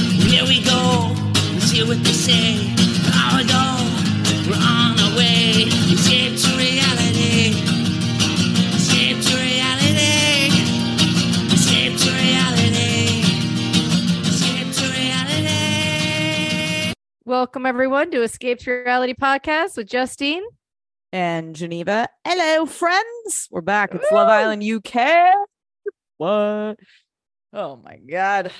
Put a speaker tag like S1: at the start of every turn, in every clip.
S1: Here we go. Let's hear what they say. An hour ago, we're on our way. Escape to reality. Escape to reality. Escape to reality. Escape to reality.
S2: Welcome everyone to Escape to Reality Podcast with Justine.
S3: and Geneva. Hello, friends. We're back. It's Love Island UK. What? Oh my God.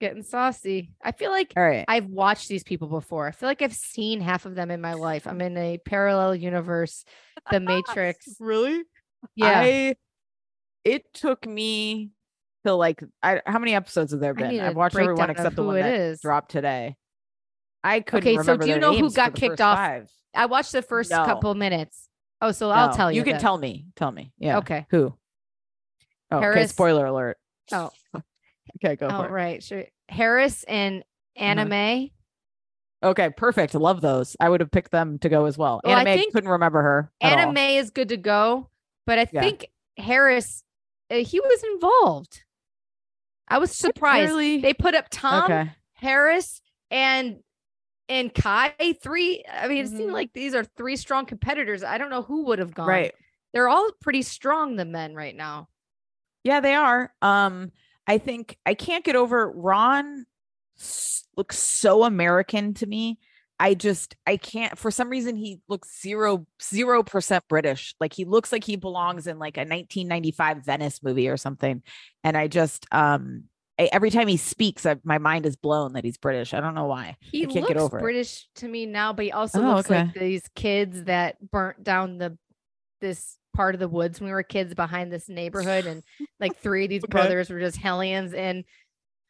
S2: Getting saucy. I feel like
S3: All right.
S2: I've watched these people before. I feel like I've seen half of them in my life. I'm in a parallel universe, The Matrix.
S3: really?
S2: Yeah, I,
S3: I, it took me till like, I, how many episodes have there been?
S2: need a
S3: I've watched everyone
S2: breakdown of
S3: except the
S2: who
S3: one
S2: it
S3: that
S2: is.
S3: dropped today. I couldn't
S2: Okay, so
S3: remember
S2: do you
S3: their
S2: know who
S3: names for
S2: got
S3: the
S2: kicked
S3: first
S2: off?
S3: Five.
S2: watched the first
S3: No.
S2: couple minutes. Oh, so I'll
S3: No,
S2: tell you.
S3: You can
S2: then.
S3: tell me. Tell me. Yeah.
S2: Okay.
S3: Who? Oh, okay.
S2: Harris-
S3: Spoiler alert.
S2: Oh.
S3: okay. Go for
S2: Oh,
S3: it.
S2: right. Sure. Harris and anime.
S3: Okay, perfect. Love those. I would have picked them to go as well.
S2: Well, I
S3: anime
S2: think
S3: couldn't remember her. at all.
S2: Anime is good to go, but I
S3: Yeah.
S2: think Harris, uh, he was involved. I was surprised.
S3: Really?
S2: They put up Tom
S3: okay.
S2: Harris and and Kai three. I mean, it seemed
S3: Mhm.
S2: like these are three strong competitors. I don't know who would have gone.
S3: Right.
S2: They're all pretty strong, the men right now.
S3: Yeah, they are. Um, I think I can't get over Ron s- looks so American to me. I just I can't for some reason he looks zero zero percent British. Like he looks like he belongs in like a 1995 Venice movie or something. And I just um I, every time he speaks, I, my mind is blown that he's British. I don't know why.
S2: He
S3: can't get
S2: looks
S3: over it.
S2: British to me now, but he also
S3: Oh,
S2: looks like these kids that burnt down the this part of the woods when we were kids behind this neighborhood, and like three of these
S3: Okay.
S2: brothers were just hellions. And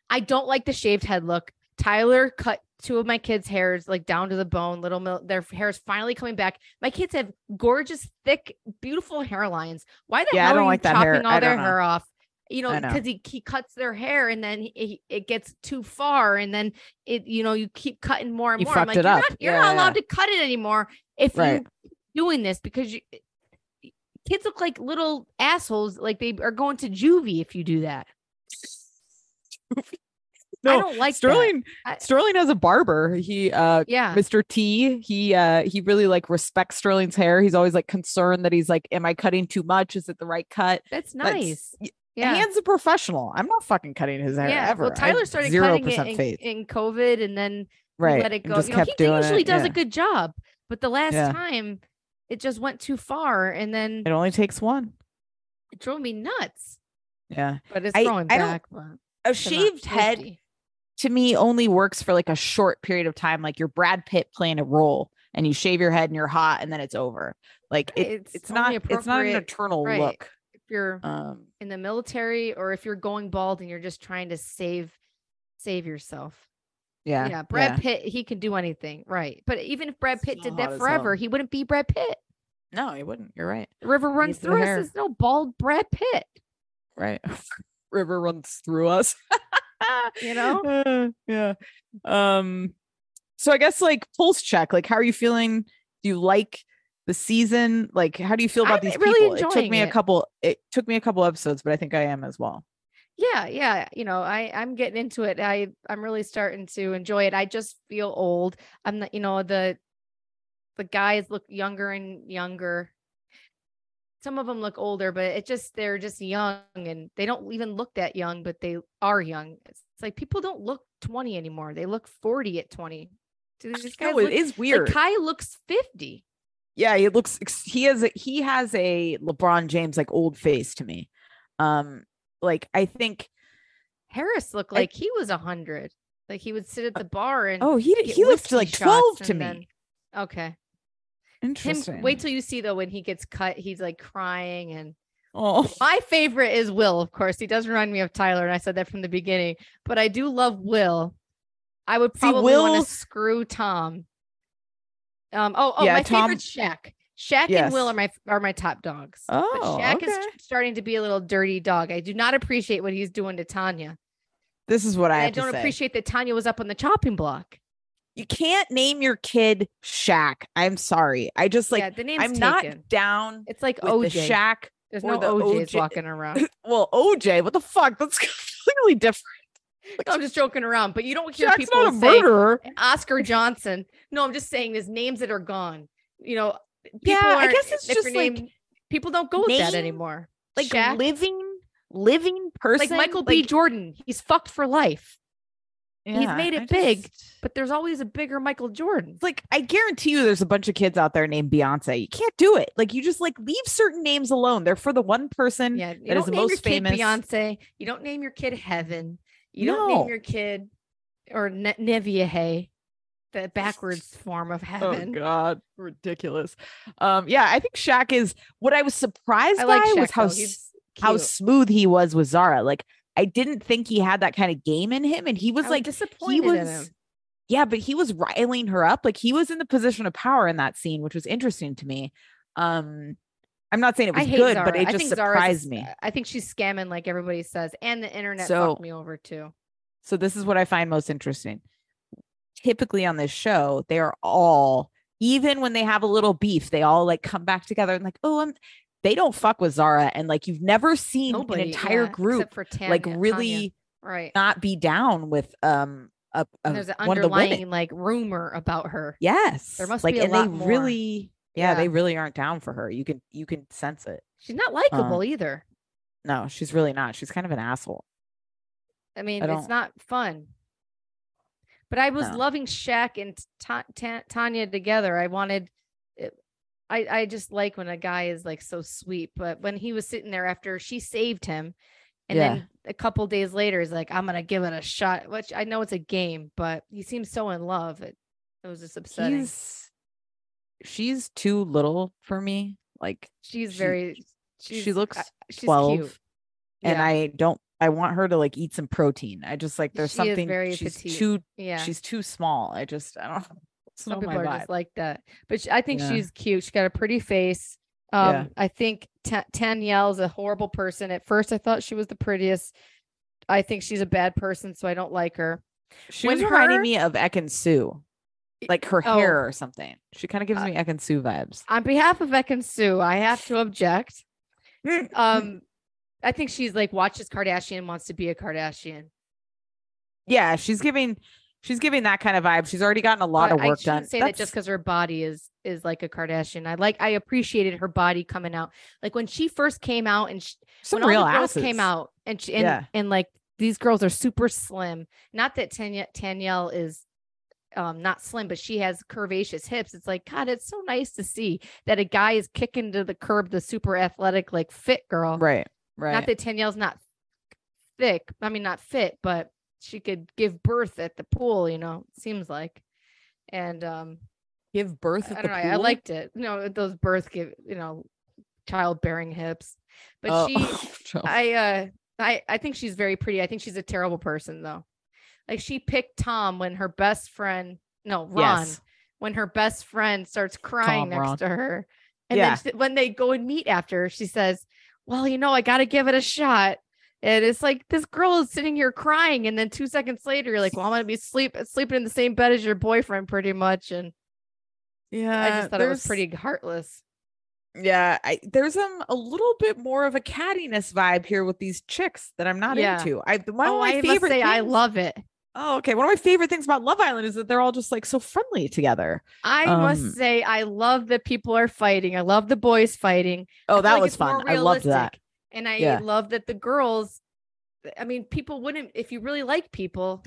S2: I don't like the shaved head look. Tyler cut two of my kids' hairs like down to the bone. Little mil- their hair is finally coming back. My kids have gorgeous, thick, beautiful hairlines. Why the
S3: Yeah, I
S2: hell
S3: don't
S2: are
S3: like
S2: you
S3: that hair.
S2: chopping all
S3: I
S2: their
S3: don't know.
S2: hair off? You know,
S3: I know.
S2: because he, he cuts their hair and then he, he- it gets too far and then it you know you keep cutting more and
S3: You
S2: more. I'm
S3: fucked
S2: like,
S3: it
S2: you're
S3: up.
S2: not you're
S3: Yeah,
S2: not
S3: yeah,
S2: allowed to cut it anymore if
S3: Right.
S2: you're doing this because you kids look like little assholes, like they are going to juvie if you do that. I
S3: No,
S2: don't like that.
S3: Sterling
S2: I-
S3: Sterling has a barber. He uh
S2: Yeah.
S3: Mr. T, he uh he really like respects Sterling's hair. He's always like concerned that he's like, Am I cutting too much? Is it the right cut?
S2: That's
S3: That's-
S2: nice.
S3: y-
S2: yeah.
S3: Hands a professional. I'm not fucking cutting his hair
S2: yeah.
S3: ever.
S2: Well, Tyler started
S3: zero
S2: cutting
S3: percent
S2: it in,
S3: faith.
S2: in COVID and then he
S3: right.
S2: let it
S3: and
S2: go.
S3: Just
S2: You know,
S3: kept
S2: he
S3: doing
S2: usually
S3: it.
S2: does a
S3: yeah.
S2: good job, but the last
S3: Yeah.
S2: time it just went too far and then
S3: It only takes one.
S2: it drove me nuts.
S3: Yeah.
S2: But it's
S3: I-
S2: going
S3: I don't-
S2: back. but
S3: A
S2: they're not
S3: shaved head
S2: tasty.
S3: to me only works for like a short period of time. Like you're Brad Pitt playing a role and you shave your head and you're hot and then it's over. Like it,
S2: It's
S3: it's, not
S2: only
S3: it's not an
S2: appropriate-
S3: eternal
S2: right.
S3: look.
S2: If you're
S3: Um
S2: in the military or if you're going bald and you're just trying to save save yourself.
S3: yeah.
S2: Yeah, Brad Pitt, he can do anything, right? But even if Brad Pitt
S3: So
S2: did
S3: hot
S2: that
S3: as
S2: forever,
S3: hell.
S2: he wouldn't be Brad Pitt.
S3: No, it wouldn't. You're right.
S2: The river runs
S3: Needs the
S2: through us.
S3: hair.
S2: There's no bald Brad Pitt.
S3: right river runs through us
S2: You know?
S3: Uh, yeah um so i guess like pulse check like how are you feeling do you like the season like how do you feel about
S2: I'm
S3: these
S2: really
S3: people it took
S2: enjoying
S3: me
S2: it.
S3: a couple it took me a couple episodes but i think i am as well
S2: Yeah, yeah. You know, I I'm getting into it. I I'm really starting to enjoy it. I just feel old. I'm not, you know, the the guys look younger and younger. Some of them look older, but it just they're just young and they don't even look that young, but they are young. It's like people don't look 20 anymore. They look 40 at 20. Do these guys
S3: no,
S2: look,
S3: it is
S2: like,
S3: weird
S2: Kai looks 50.
S3: yeah it looks ex- he has a he has a lebron james like old face to me um like i think
S2: Harris looked
S3: I-
S2: like he was 100. Like he would sit at the bar and
S3: oh he
S2: get
S3: he looked
S2: whiskey
S3: like
S2: shots
S3: 12 to
S2: and
S3: me
S2: then- okay.
S3: interesting
S2: Him, wait till you see though when he gets cut, he's like crying. And
S3: oh
S2: my favorite is Will, of course. He does remind me of Tyler, and I said that from the beginning. But I do love Will. I would
S3: See,
S2: probably want
S3: Will-
S2: to screw Tom. Um. Oh. Oh.
S3: Yeah,
S2: my
S3: Tom-
S2: favorite Shaq. Shaq and Will
S3: Yes.
S2: are my are my top dogs. But
S3: oh
S2: Shaq is
S3: okay.
S2: starting to be a little dirty dog. I do not appreciate what he's doing to Tanya.
S3: This is what I,
S2: And I,
S3: have
S2: don't
S3: to say.
S2: appreciate that Tanya was up on the chopping block.
S3: You can't name your kid Shaq. I'm sorry. I just like
S2: yeah, the name's
S3: I'm
S2: taken.
S3: not down
S2: It's like
S3: with the
S2: OJ.
S3: Shaq.
S2: There's
S3: or
S2: no
S3: the
S2: OJs
S3: OJ
S2: walking around.
S3: Well, OJ, what the fuck? That's completely different.
S2: No, I'm just joking around, but you don't hear
S3: Jack's
S2: people
S3: not a
S2: say
S3: murderer.
S2: Oscar Johnson. No, I'm just saying there's names that are gone. You know, people
S3: Yeah, I
S2: aren't-
S3: guess it's
S2: if
S3: just
S2: your
S3: like
S2: name- people don't go with that
S3: name,
S2: anymore.
S3: like
S2: Shaq,
S3: living living person
S2: like Michael B. Jordan, he's fucked for life. he's made it big, But there's always a bigger Michael Jordan.
S3: It's like I guarantee you there's a bunch of kids out there named Beyonce. You can't do it. Like you just like leave certain names alone. They're for the one person.
S2: Yeah, you
S3: that
S2: don't
S3: is the
S2: name your
S3: most
S2: kid
S3: famous-
S2: Beyonce. You don't name your kid Heaven. You don't name
S3: No.
S2: your kid or ne- Nevia Hay, the backwards form of heaven.
S3: Oh god, ridiculous. Um yeah, I think Shaq is what I was surprised
S2: I like
S3: by
S2: Shaq,
S3: was how
S2: though.
S3: s-
S2: He's
S3: how
S2: cute.
S3: smooth he was with Zara. Like I didn't think he had that kind of game in him and he was
S2: I
S3: like
S2: disappointed
S3: he
S2: in
S3: was
S2: him.
S3: yeah, but he was riling her up. Like he was in the position of power in that scene, which was interesting to me. Um I'm not saying it
S2: I
S3: was
S2: hate
S3: good,
S2: Zara.
S3: but it
S2: I
S3: just
S2: think Zara's a
S3: surprised
S2: s-
S3: me.
S2: I think she's scamming, like everybody says, and the internet
S3: So-
S2: fucked me over too.
S3: So this is what I find most interesting. Typically on this show, they are all even when they have a little beef, they all like come back together and like, oh, I'm they don't fuck with Zara. And like you've never seen
S2: Nobody,
S3: an entire
S2: yeah,
S3: group
S2: except for Tanya,
S3: like
S2: Tanya.
S3: really
S2: right.
S3: not be down with um a, a-
S2: And there's an
S3: one of the women.
S2: underlying like rumor about her.
S3: Yes.
S2: must
S3: like
S2: be a
S3: and
S2: lot
S3: they
S2: more.
S3: really yeah,
S2: Yeah.
S3: they really aren't down for her. You can you can sense it.
S2: She's not
S3: Uh-huh.
S2: likable either.
S3: No, she's really not. She's kind of an asshole.
S2: I mean, it's
S3: don't-
S2: not fun. But I was
S3: No.
S2: loving Shaq and Ta- Ta- Tanya together. I wanted, it- I I just like when a guy is like so sweet. But when he was sitting there after she saved him, and
S3: Yeah.
S2: then a couple days later, he's like, "I'm gonna give it a shot." Which I know it's a game, but he seems so in love. It, it was just upsetting.
S3: He's she's too little for me. Like
S2: she's
S3: she-
S2: very. She's,
S3: she looks
S2: I- she's
S3: 12
S2: cute.
S3: and
S2: Yeah,
S3: I don't I want her to like eat some protein. I just like there's
S2: She is
S3: something
S2: very
S3: she's
S2: petite.
S3: too
S2: yeah.
S3: she's too small. I just I don't it's
S2: some
S3: not
S2: people
S3: Oh my
S2: are
S3: vibe.
S2: just like that but sh- i think
S3: Yeah.
S2: she's cute she's got a pretty face um
S3: Yeah.
S2: i think Ta- Tanyelle is a horrible person at first i thought she was the prettiest i think she's a bad person so i don't like her
S3: she
S2: when
S3: was reminding
S2: her-
S3: me of Ek and Sue. Like her
S2: oh.
S3: hair or something. She kind of gives
S2: Uh,
S3: me Ek and Sue vibes.
S2: on behalf of Ekin sue i have to object um i think she's like watches kardashian wants to be a kardashian
S3: yeah, she's giving she's giving that kind of vibe. She's already gotten a lot
S2: But
S3: of work
S2: I
S3: done.
S2: shouldn't Say that
S3: That's-
S2: just because her body is is like a Kardashian. I like I appreciated her body coming out. Like when she first came out and she,
S3: some
S2: when
S3: real
S2: all the girls
S3: asses
S2: came out and she, and,
S3: Yeah.
S2: and like these girls are super slim. Not that Tanya Tanyelle is um not slim, but she has curvaceous hips. It's like God, it's so nice to see that a guy is kicking to the curb the super athletic like fit girl.
S3: Right. Right.
S2: Not that Tanyelle's not thick. I mean, not fit, but she could give birth at the pool. You know, it seems like. And um,
S3: give birth at
S2: I
S3: the
S2: don't know. I- I
S3: pool?
S2: liked it. You know, those birth give you know, childbearing hips. But
S3: Oh,
S2: she,
S3: Joe.
S2: I uh I I think she's very pretty. I think she's a terrible person though. Like she picked Tom when her best friend, no, Ron,
S3: Yes.
S2: when her best friend starts
S3: Tom,
S2: crying next
S3: Ron.
S2: to her. And
S3: Yeah.
S2: then she- when they go and meet after, she says, "Well, you know, I got to give it a shot." And it's like this girl is sitting here crying, and then two seconds later, you're like, "Well, I'm gonna be sleep sleeping in the same bed as your boyfriend, pretty much." And
S3: Yeah.
S2: I just thought it was
S3: Uh, there's-
S2: pretty heartless.
S3: Yeah, I, there's um a little bit more of a cattiness vibe here with these chicks that I'm not
S2: Yeah.
S3: into. I the- one
S2: oh,
S3: of my
S2: I must
S3: favorite
S2: say, I
S3: things-
S2: love it.
S3: Oh, okay. One of my favorite things about Love Island is that they're all just like so friendly together.
S2: I
S3: Um,
S2: must say, I love that people are fighting. I love the boys fighting. I
S3: Oh,
S2: feel
S3: that
S2: like
S3: was
S2: it's more
S3: fun. I loved that.
S2: realistic. And I
S3: Yeah.
S2: love that the girls, I mean, people wouldn't, if you really like people,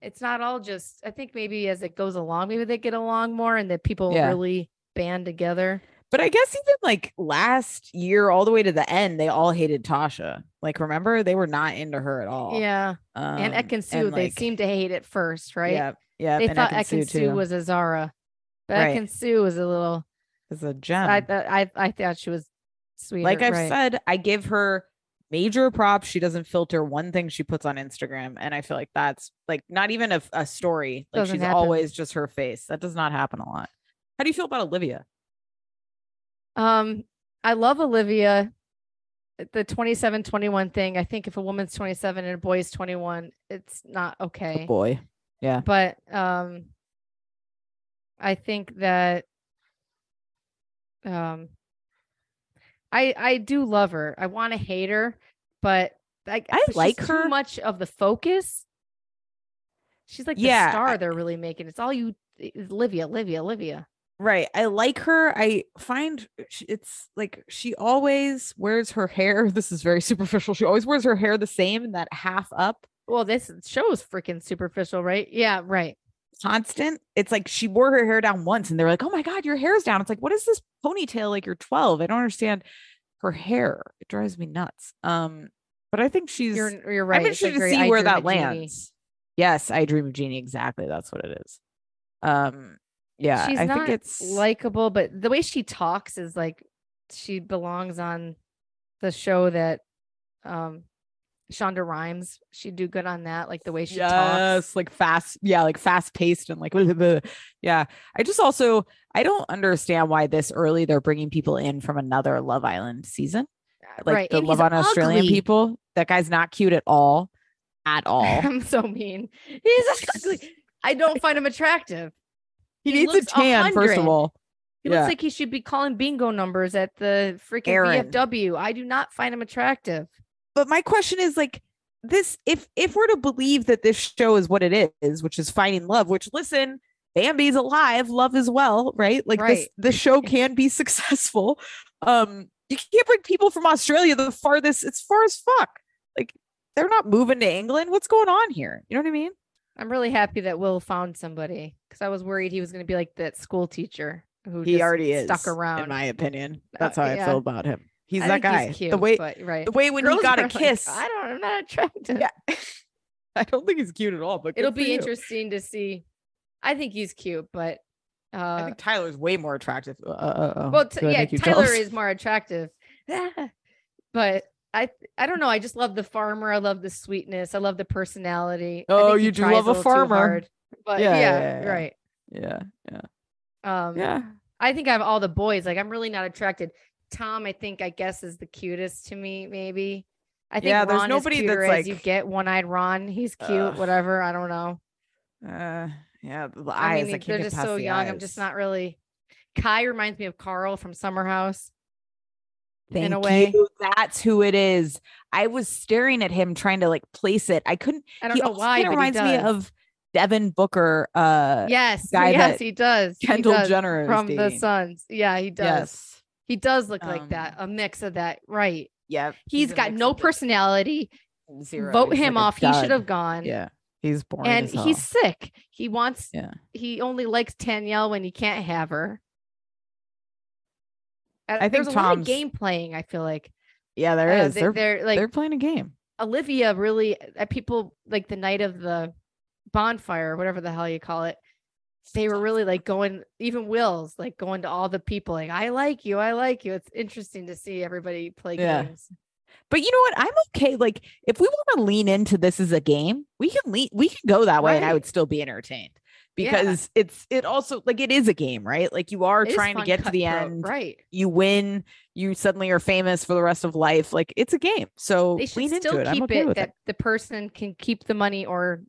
S2: it's not all just, I think maybe as it goes along, maybe they get along more and that people
S3: Yeah.
S2: really band together.
S3: But I guess even like last year, all the way to the end, they all hated Tasha. Like, remember they were not into her at all.
S2: Yeah.
S3: Um,
S2: and Ek and Sue, they seemed to hate it first, right?
S3: Yeah, yeah.
S2: They
S3: and
S2: thought
S3: Ek and Sue, too
S2: was a Zara, but Ekin
S3: Right.
S2: Sue was a little,
S3: is a gem.
S2: I, thought I, I thought she was sweet.
S3: like I've
S2: right.
S3: said, I give her major props. She doesn't filter one thing she puts on Instagram. And I feel like that's like not even a, a story. Like
S2: Doesn't
S3: she's
S2: happen.
S3: always just her face. That does not happen a lot. How do you feel about Olivia?
S2: Um, I love Olivia. The 27 21 thing. I think if a woman's 27 and a boy is 21, it's not okay.
S3: boy. Yeah.
S2: But um I think that um I I do love her. I want to hate her, but I
S3: I
S2: but she's
S3: like
S2: too
S3: her.
S2: much of the focus She's like
S3: Yeah,
S2: the star they're really making. It's all you, eh, it's Livia, Livia, Livia.
S3: Right. I like her. I find uh, sh- it's like she always wears her hair. This is very superficial. She always wears her hair the same in that half up
S2: Well, this show's freaking superficial, right? Yeah, right.
S3: constant. It's like she wore her hair down once and they were like, oh my God, your hair's down. It's like, what is this ponytail? Like you're 12. I don't understand her hair. It drives me nuts. Um, but I think she's
S2: You're you're right.
S3: I'm
S2: It's, like,
S3: interested
S2: very
S3: to
S2: I
S3: see where
S2: Dream
S3: that
S2: of Jeannie.
S3: lands. Yes, I dream of Jeannie. Exactly. That's what it is. Um, yeah,
S2: She's
S3: I
S2: not
S3: think it's
S2: likable, but the way she talks is like she belongs on the show that um Shonda Rhimes. She'd do good on that, like the way she talks.
S3: like fast, yeah, like fast paced and like, yeah. I just also I don't understand why this early they're bringing people in from another Love Island season, like
S2: right.
S3: the
S2: and
S3: Love
S2: he's
S3: Island Australian
S2: ugly.
S3: people. That guy's not cute at all, at all.
S2: I'm so mean. He's ugly. I don't find him attractive.
S3: he,
S2: He
S3: needs a
S2: looks
S3: tan first
S2: 100.
S3: of all.
S2: He
S3: Yeah.
S2: looks like he should be calling bingo numbers at the freaking
S3: Aaron.
S2: BFW. I do not find him attractive.
S3: But my question is like this: if if we're to believe that this show is what it is, which is finding love, which listen. Bambi's alive, love as well, right? Like this
S2: Right.
S3: the show can be successful. Um, you can't bring people from Australia the farthest, it's far as fuck. Like they're not moving to England. What's going on here? You know what I mean?
S2: I'm really happy that Will found somebody because I was worried he was going to be like that school teacher who
S3: He
S2: just
S3: already is
S2: stuck around.
S3: in my opinion.
S2: Uh,
S3: That's how I
S2: yeah.
S3: feel about him. He's
S2: I
S3: that
S2: think
S3: guy.
S2: He's cute,
S3: the way
S2: but, right.
S3: the way when
S2: Girls
S3: he got
S2: are
S3: a
S2: like,
S3: kiss.
S2: I don't. I'm not attractive.
S3: yeah. I don't think he's cute at all, but good
S2: It'll
S3: for
S2: be
S3: you.
S2: interesting to see. I think he's cute, but
S3: I
S2: uh,
S3: think Tyler's way more attractive. Uh, uh, uh,
S2: well,
S3: do
S2: t-
S3: I
S2: yeah,
S3: make you
S2: Tyler
S3: jealous?
S2: is more attractive, but I I don't know. I just love the farmer. I love the sweetness. I love the personality. I
S3: Oh,
S2: think he
S3: you do
S2: tries
S3: love a
S2: little too
S3: farmer.
S2: hard, but
S3: Yeah,
S2: yeah,
S3: yeah, yeah.
S2: right.
S3: Yeah, yeah,
S2: Um,
S3: yeah.
S2: I think I have all the boys. Like I'm really not attracted. Tom, I think I guess is the cutest to me. Maybe. I think
S3: Yeah,
S2: Ron
S3: there's nobody
S2: is
S3: that's
S2: cuter as you
S3: like-
S2: get. One-eyed Ron, he's cute.
S3: Ugh.
S2: whatever. I don't know.
S3: Uh, yeah, the
S2: I
S3: eyes.
S2: mean, they-
S3: I can't
S2: they're
S3: get
S2: just
S3: past
S2: so
S3: the
S2: young. I'm just
S3: eyes.
S2: not really. Kai reminds me of Carl from Summer House.
S3: Thank
S2: in a way.
S3: you. That's who it is. I was staring at him trying to like place it. I couldn't.
S2: I don't
S3: he
S2: know
S3: also
S2: why.
S3: kinda
S2: But
S3: reminds
S2: he
S3: me
S2: does.
S3: of Devin Booker, uh,
S2: yes,
S3: guy
S2: yes,
S3: that
S2: he does. He
S3: Kendall
S2: does.
S3: Jenner is
S2: from the
S3: dating.
S2: Suns. Yeah, he does.
S3: Yes.
S2: He does look like that.
S3: Um,
S2: A mix of that, right?
S3: Yep.
S2: he's got no
S3: personality.
S2: personality. Vote him off. He should have gone.
S3: Yeah. He's boring.
S2: and
S3: as hell.
S2: he's sick. He wants.
S3: Yeah.
S2: He only likes Danielle when he can't have her. And
S3: I think
S2: there's a lot of
S3: Tom's-
S2: game playing. I feel like
S3: yeah, there
S2: Uh,
S3: is.
S2: they-
S3: They're, they're,
S2: they're like
S3: playing a game.
S2: Olivia really uh, people like the night of the bonfire, whatever the hell you call it. They were really like going, even Will's like going to all the people, like, I like you, I like you. It's interesting to see everybody play
S3: Yeah.
S2: games.
S3: But you know what? I'm okay. Like, if we want to lean into this as a game, we can lean. We can go that way, and I would
S2: Right.
S3: still be entertained
S2: Yeah.
S3: because it's it also like it is a game, right? Like you are
S2: It is
S3: trying to
S2: fun
S3: get to the
S2: cutthroat,
S3: end.
S2: Right.
S3: you win, you suddenly are famous for the rest of life. Like it's a game. So
S2: They should
S3: lean
S2: still
S3: into it.
S2: keep
S3: I'm okay
S2: it
S3: with
S2: that
S3: it.
S2: the person can keep the money or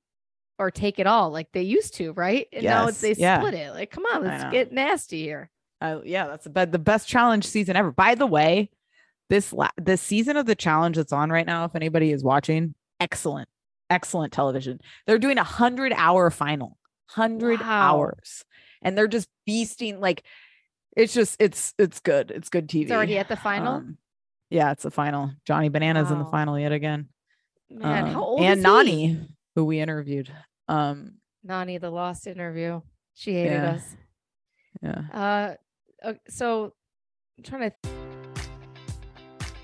S2: or take it all like they used to, right? And now it's they
S3: Yes, yeah.
S2: split it. Like, come on,
S3: I
S2: let's
S3: know.
S2: get nasty here.
S3: Uh, yeah, that's about the best challenge season ever. By the way, this la- this season of the challenge that's on right now, if anybody is watching, excellent, excellent television. They're doing a hundred hour final, hundred
S2: Wow.
S3: hours, and they're just beasting. Like it's just it's it's good. It's good TV.
S2: It's already at the final.
S3: Um, yeah, it's the final. Johnny Bananas in the
S2: Wow.
S3: final yet again.
S2: Man,
S3: Um,
S2: how old
S3: and
S2: is
S3: Nani,
S2: He?
S3: who we interviewed. Um,
S2: Nani, the lost interview. She hated
S3: Yeah.
S2: us.
S3: yeah.
S2: Uh, ok- so I'm trying to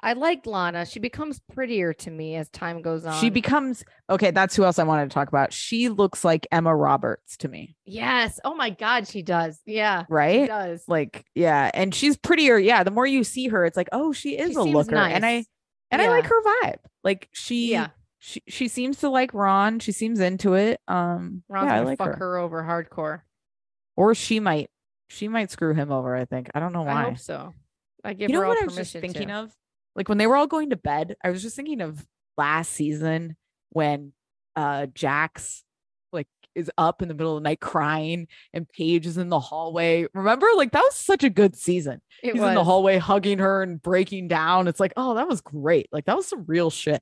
S2: I like Lana. She becomes prettier to me as time goes on.
S3: She becomes okay. That's who else I wanted to talk about. She looks like Emma Roberts to me,
S2: yes. Oh my God, she does. Yeah, she
S3: right?
S2: does.
S3: Like, yeah, and she's prettier. Yeah, the more you see her, it's like, oh, she is
S2: She
S3: a
S2: seems
S3: looker, and I
S2: nice.
S3: and I like
S2: Yeah.
S3: her vibe. Like, she
S2: Yeah.
S3: she she seems to like Ron. She seems into it. Um,
S2: Ron's
S3: yeah, I
S2: gonna
S3: like
S2: fuck
S3: her.
S2: her. over hardcore.
S3: Or she might she might screw him over. I think I don't know why.
S2: I hope so. I give
S3: you know
S2: her all
S3: what I
S2: permission
S3: was just thinking
S2: to.
S3: of? Like when they were all going to bed, I was just thinking of last season when uh Jax like is up in the middle of the night crying and Paige is in the hallway. Remember? Like that was such a good season.
S2: It
S3: He's
S2: was
S3: in the hallway hugging her and breaking down. It's like, oh, that was great. Like that was some real shit.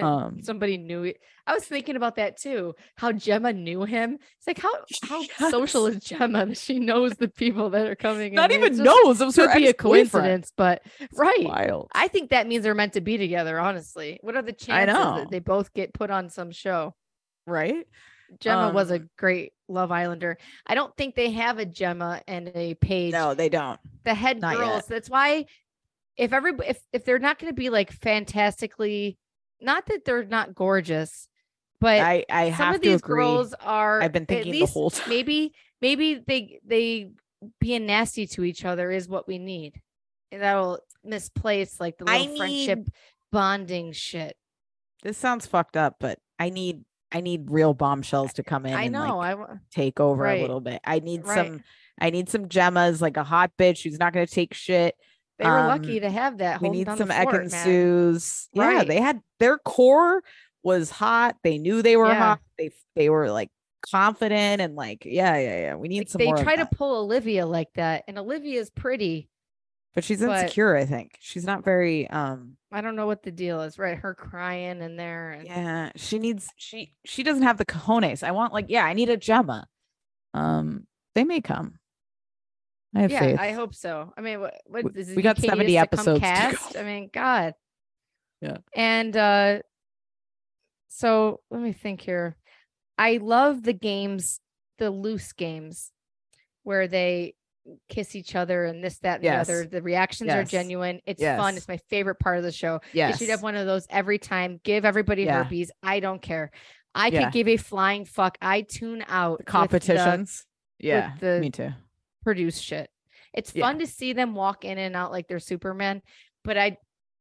S3: Um
S2: Somebody knew it. I was thinking about that too. How Gemma knew him. It's like how how
S3: Yes.
S2: social is Gemma that she knows the people that are coming.
S3: not
S2: in. It's
S3: even
S2: just-
S3: knows. It was
S2: Could
S3: her
S2: be a
S3: ex-boyfriend.
S2: coincidence, but
S3: It's
S2: right.
S3: Wild.
S2: I think that means they're meant to be together. Honestly, what are the chances
S3: know.
S2: that they both get put on some show?
S3: Right?
S2: Gemma was a
S3: Um,
S2: great Love Islander. I don't think they have a Gemma and a Paige.
S3: they don't.
S2: the head
S3: not yet.
S2: girls. That's why if every if if they're not going to be like fantastically, not that they're not gorgeous, but
S3: I I have
S2: some of
S3: to
S2: these
S3: agree.
S2: girls are.
S3: I've been
S2: at
S3: thinking the
S2: least
S3: whole time.
S2: Maybe maybe they they being nasty to each other is what we need. And that'll misplace like the
S3: I
S2: little friendship bonding shit.
S3: this sounds fucked up, but I need I need real bombshells to come in
S2: I
S3: and
S2: know.
S3: like
S2: I wa-
S3: take over
S2: Right.
S3: a little bit. I need
S2: Right.
S3: some I need some Gemmas, like a hot bitch who's not gonna take shit.
S2: they were
S3: um,
S2: lucky to have that.
S3: We
S2: holding
S3: need
S2: down the
S3: some Eck
S2: fort,
S3: and
S2: man.
S3: Sue's. Yeah,
S2: Right.
S3: they had their core was hot. They knew they were
S2: Yeah.
S3: hot. They they were like confident and like, yeah, yeah, yeah. We need
S2: Like,
S3: some
S2: they
S3: more.
S2: try
S3: of
S2: to
S3: that.
S2: pull Olivia like that, and Olivia's pretty.
S3: but she's
S2: but-
S3: insecure, I think. She's not very um
S2: I don't know what the deal is, right? Her crying in there. And
S3: yeah, she needs she she doesn't have the cojones. I want like, yeah, I need a Gemma. Um, they may come. I have
S2: yeah,
S3: faith.
S2: I hope so. I mean, what, what
S3: W-
S2: is it
S3: we got
S2: UK used
S3: 70
S2: to come
S3: episodes to go.
S2: Cast? I mean, God.
S3: Yeah.
S2: And uh, so let me think here. I love the games, the loose games, where they kiss each other and this, that, and
S3: Yes.
S2: the other. The reactions are
S3: Yes.
S2: genuine. It's fun.
S3: Yes.
S2: It's my favorite part of the show.
S3: yes.
S2: They should have one of those every time. Give everybody
S3: Yeah.
S2: herpes. I don't care. I
S3: Yeah.
S2: could give a flying fuck. I tune out
S3: The
S2: with the
S3: competitions. yeah,
S2: the-
S3: me too.
S2: produce shit. It's
S3: Yeah.
S2: fun to see them walk in and out like they're Superman, but I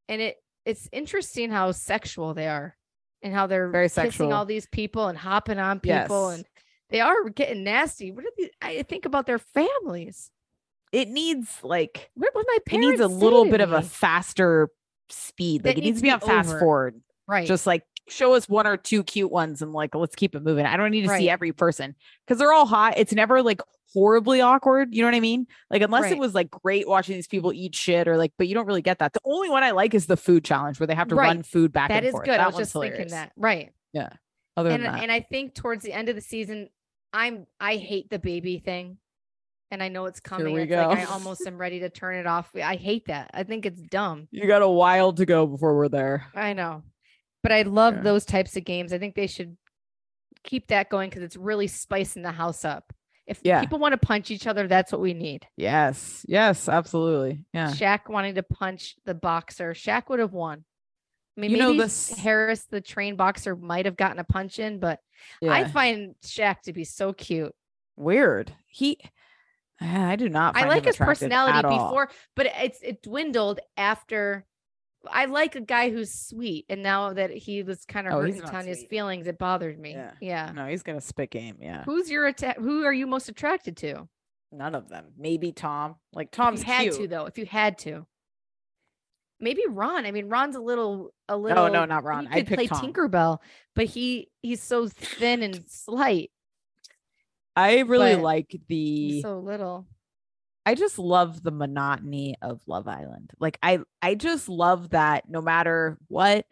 S2: and it it's interesting how sexual they are and how they're
S3: Very
S2: kissing
S3: sexual.
S2: all these people and hopping on people
S3: Yes.
S2: and they are getting nasty. What are these? I think about their families.
S3: It needs like
S2: What would my
S3: it
S2: parents?
S3: needs a
S2: say
S3: little
S2: to
S3: bit of a
S2: me?
S3: faster speed. Like
S2: That
S3: it needs to be on fast
S2: over.
S3: forward.
S2: right.
S3: Just like show us one or two cute ones and like let's keep it moving. I don't need to
S2: Right.
S3: see every person because they're all hot. It's never like horribly awkward. You know what I mean? Like unless
S2: Right.
S3: it was like great watching these people eat shit or like, but you don't really get that. The only one I like is the food challenge where they have to
S2: Right.
S3: run food back
S2: that
S3: and
S2: is
S3: forth.
S2: good.
S3: That
S2: I was
S3: one's
S2: just
S3: hilarious.
S2: thinking that. Right.
S3: Other
S2: And
S3: than that,
S2: and I think towards the end of the season, I'm I hate the baby thing. And I know it's coming.
S3: we
S2: it's like I
S3: go.
S2: almost am ready to turn it off. I hate that. I think it's dumb.
S3: you got a while to go before we're there.
S2: I know. But I love
S3: Yeah.
S2: those types of games. I think they should keep that going because it's really spicing the house up. If
S3: Yeah.
S2: people want to punch each other, that's what we need.
S3: Yes. Yes. Absolutely. Yeah.
S2: Shaq wanting to punch the boxer, Shaq would have won. I mean,
S3: You know,
S2: maybe
S3: this-
S2: Harris, the trained boxer, might have gotten a punch in, but I
S3: yeah.
S2: find Shaq to be so cute.
S3: Weird. He. I do not.
S2: I
S3: find
S2: like
S3: him
S2: his
S3: attractive
S2: personality
S3: at all.
S2: before, but it's it dwindled after. I like a guy who's sweet, and now that he was kind of
S3: Oh, he's
S2: hurting
S3: not
S2: Tanya's
S3: sweet.
S2: feelings, it bothered me.
S3: Yeah.
S2: yeah.
S3: No, he's gonna spit game. Yeah.
S2: Who's your atta- who are you most attracted to? If you
S3: None of them. Maybe Tom. Like Tom's
S2: had
S3: cute.
S2: to though, if you had to. Maybe Ron. I mean, Ron's a little a little.
S3: no, not Ron.
S2: He
S3: I'd
S2: could
S3: pick
S2: play
S3: Tom.
S2: Tinkerbell, but he he's so thin and slight,
S3: I really
S2: but
S3: like
S2: he's
S3: the.
S2: so little.
S3: I just love the monotony of Love Island. Like I, I just love that no matter what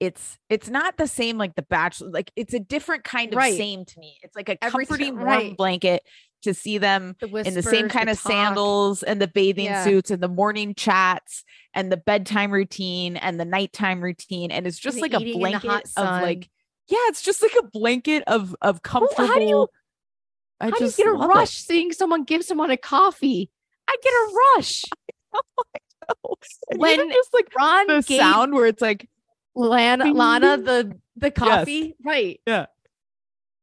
S3: it's it's not the same like the bachelor like it's a different kind of
S2: Right.
S3: same to me it's like a
S2: Every ti-
S3: comforting warm
S2: right.
S3: blanket to see them
S2: The
S3: in the same
S2: whispers,
S3: kind of
S2: talk.
S3: sandals and the bathing
S2: Yeah.
S3: suits and the morning chats and the bedtime routine and the nighttime routine and it's just
S2: the
S3: like a
S2: eating in the
S3: blanket
S2: hot
S3: of
S2: sun.
S3: like yeah it's just like a blanket of of comfortable
S2: how do you-
S3: I
S2: How do you
S3: just
S2: get a
S3: love it.
S2: rush seeing someone give someone a coffee? I get a rush.
S3: And even
S2: when
S3: just like
S2: Ron
S3: the
S2: gave
S3: sound where it's like
S2: Lana,
S3: Ding,
S2: Lana
S3: ding.
S2: the the coffee, right?
S3: Yeah.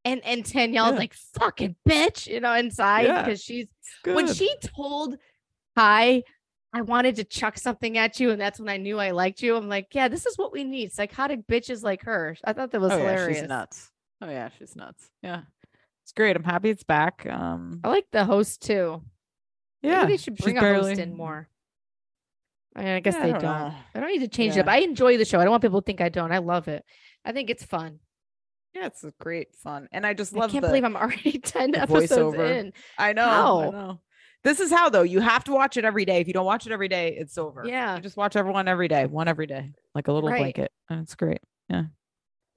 S2: And and Danielle's
S3: Yeah.
S2: like fucking bitch, you know, inside
S3: Yeah.
S2: because she's
S3: good.
S2: when she told Kai, I wanted to chuck something at you, and that's when I knew I liked you. I'm like, yeah, this is what we need. Psychotic bitches like her. I thought that was
S3: oh,
S2: hilarious.
S3: Yeah, she's nuts. Oh yeah, she's nuts. Yeah. It's great. I'm happy it's back. Um
S2: I like the host too. Oh,
S3: yeah.
S2: Maybe they should
S3: she's
S2: bring a host
S3: barely-
S2: in more. I mean, I guess
S3: Yeah,
S2: they don't.
S3: know.
S2: I don't need to change it up.
S3: Yeah.
S2: I enjoy the show. I don't want people to think I don't. I love it. I think it's fun.
S3: Yeah, it's a great fun. And I just
S2: I
S3: love
S2: can't
S3: the-
S2: believe I'm already 10
S3: the
S2: episodes
S3: voiceover.
S2: in.
S3: I know.
S2: How?
S3: I know. This is how though. You have to watch it every day. If you don't watch it every day, it's over.
S2: Yeah.
S3: You just watch everyone every day, one every day, like a little
S2: Right.
S3: blanket. And it's great.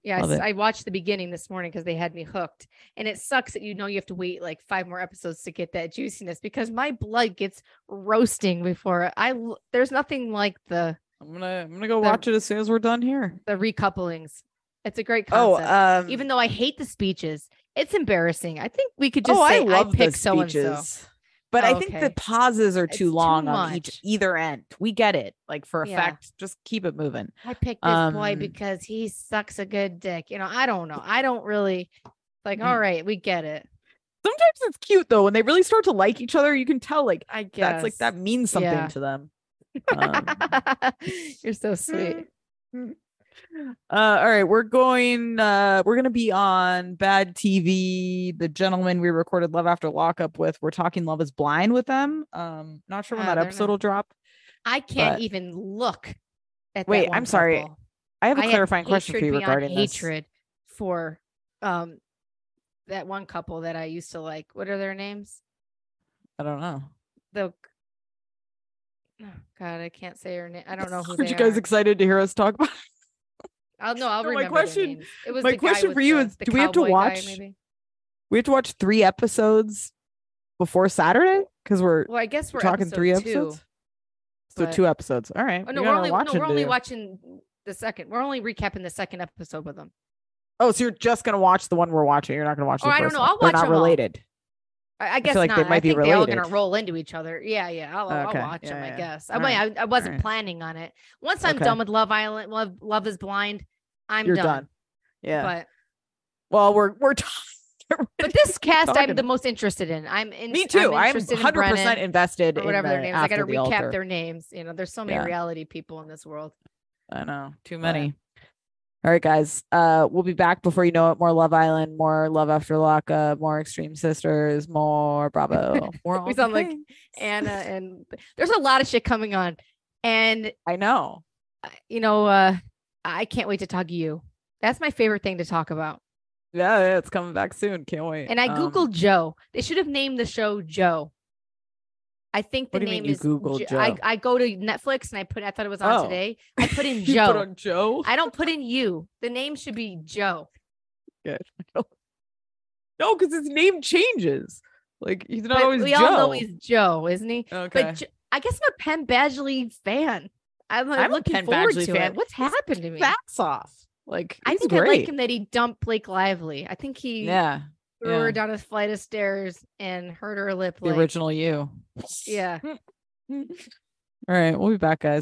S2: Yeah, I
S3: Love
S2: s-
S3: it.
S2: I watched the beginning this morning because they had me hooked. And it sucks that you know you have to wait like five more episodes to get that juiciness because my blood gets roasting before I l- there's nothing like the
S3: I'm gonna I'm gonna go
S2: The-
S3: watch it as soon as we're done here.
S2: the recouplings. It's a great
S3: Oh,
S2: concept.
S3: um
S2: Even though I hate the speeches, it's embarrassing. I think we could just
S3: oh,
S2: say
S3: I love
S2: pick
S3: the
S2: so and so.
S3: speeches. But I
S2: Oh,
S3: think the
S2: okay.
S3: pauses are
S2: It's
S3: too
S2: too
S3: long on each
S2: much.
S3: either end. We get it. Like for a
S2: Yeah.
S3: fact, just keep it moving.
S2: I picked this boy
S3: Um,
S2: because he sucks a good dick. You know, I don't know. I don't really like, all
S3: Mm.
S2: right, we get it.
S3: sometimes it's cute though when they really start to like each other you can tell like
S2: I guess
S3: that's like that means something
S2: Yeah.
S3: to them um,
S2: You're so sweet.
S3: uh, all right we're going uh we're gonna be on bad tv the gentleman we recorded love after lockup with we're talking love is blind with them um not sure when
S2: Ah,
S3: that
S2: they're
S3: episode
S2: not-
S3: will drop
S2: I can't
S3: But-
S2: even look at that
S3: Wait,
S2: one
S3: I'm sorry.
S2: couple.
S3: i have a
S2: I had
S3: clarifying question for
S2: hatred
S3: you
S2: beyond
S3: regarding this.
S2: hatred for um that one couple that I used to like. What are their names?
S3: i don't know
S2: The oh, God, I can't say her name. I don't know who
S3: aren't
S2: they
S3: you guys
S2: are.
S3: excited to hear us talk about
S2: I'll no, I'll
S3: No,
S2: remember.
S3: my
S2: their
S3: question-
S2: names. It was
S3: my
S2: the guy
S3: question
S2: with
S3: for you
S2: the-
S3: is,
S2: the
S3: do we have to
S2: cowboy guy,
S3: watch-
S2: maybe?
S3: we have to watch three episodes before saturday because we're
S2: Well, I guess we're
S3: talking
S2: episode
S3: three
S2: two.
S3: episodes so
S2: but-
S3: two episodes all right
S2: Oh no,
S3: we
S2: we're
S3: gotta
S2: only
S3: watch
S2: no,
S3: it
S2: we're only
S3: together.
S2: watching the second. We're only recapping the second episode with them.
S3: Oh, so you're just gonna watch the one we're watching. You're not gonna watch.
S2: Oh,
S3: the
S2: I don't
S3: first
S2: know.
S3: one.
S2: I'll
S3: They're
S2: watch
S3: not
S2: them all.
S3: related.
S2: I, I guess
S3: like they
S2: not.
S3: might
S2: I
S3: be
S2: think they all gonna
S3: related.
S2: roll into each other. Yeah, yeah. I'll, I'll-
S3: Okay,
S2: I'll watch
S3: yeah,
S2: them.
S3: yeah.
S2: I guess. I
S3: All
S2: mean,
S3: right,
S2: I, I wasn't
S3: right.
S2: planning on it. Once I'm
S3: Okay.
S2: done with Love Island, Love Love is Blind, I'm
S3: You're
S2: done.
S3: done. Yeah.
S2: But
S3: well, we're we're. T-
S2: but this cast,
S3: talking
S2: I'm the most interested in. I'm in,
S3: me
S2: I'm
S3: too. I'm
S2: interested
S3: 100
S2: in
S3: percent
S2: Brennan
S3: invested
S2: or whatever
S3: in the
S2: their names. I
S3: After
S2: gotta
S3: the
S2: recap
S3: Altar.
S2: their names. You know, there's so many
S3: Yeah.
S2: reality people in this world.
S3: I know too
S2: But-
S3: many. All right, guys. Uh, we'll be back before you know it. More Love Island, more Love After Lockup, more Extreme Sisters, more Bravo. More all
S2: We
S3: the
S2: sound like
S3: things.
S2: Anna and there's a lot of shit coming on, and
S3: I know.
S2: I- you know, uh, I can't wait to talk to you. That's my favorite thing to talk about.
S3: Yeah, yeah, it's coming back soon. Can't wait.
S2: And I
S3: Um,
S2: googled Joe. They should have named the show Joe. I think the
S3: What do you mean
S2: name
S3: you
S2: is
S3: googled
S2: I,
S3: Joe?
S2: I go to Netflix and I put. I thought it was on
S3: Oh.
S2: today. I put in
S3: you
S2: Joe.
S3: Put on Joe.
S2: I don't put in you. The name should be Joe.
S3: no, because his name changes. Like he's not
S2: But
S3: always
S2: we
S3: Joe.
S2: all know he's Joe, isn't he?
S3: okay.
S2: But Jo- I guess I'm a Penn Badgley fan. I'm, like,
S3: I'm a
S2: looking
S3: Penn
S2: forward
S3: Badgley
S2: to
S3: fan.
S2: it. What's happened to me?
S3: facts off. Like
S2: I
S3: he's
S2: think
S3: great.
S2: I like him that he dumped Blake Lively. I think he
S3: Yeah,
S2: threw her
S3: yeah.
S2: down a flight of stairs and hurt her lip.
S3: the
S2: like-
S3: original you.
S2: Yeah.
S3: All right, we'll be back, guys.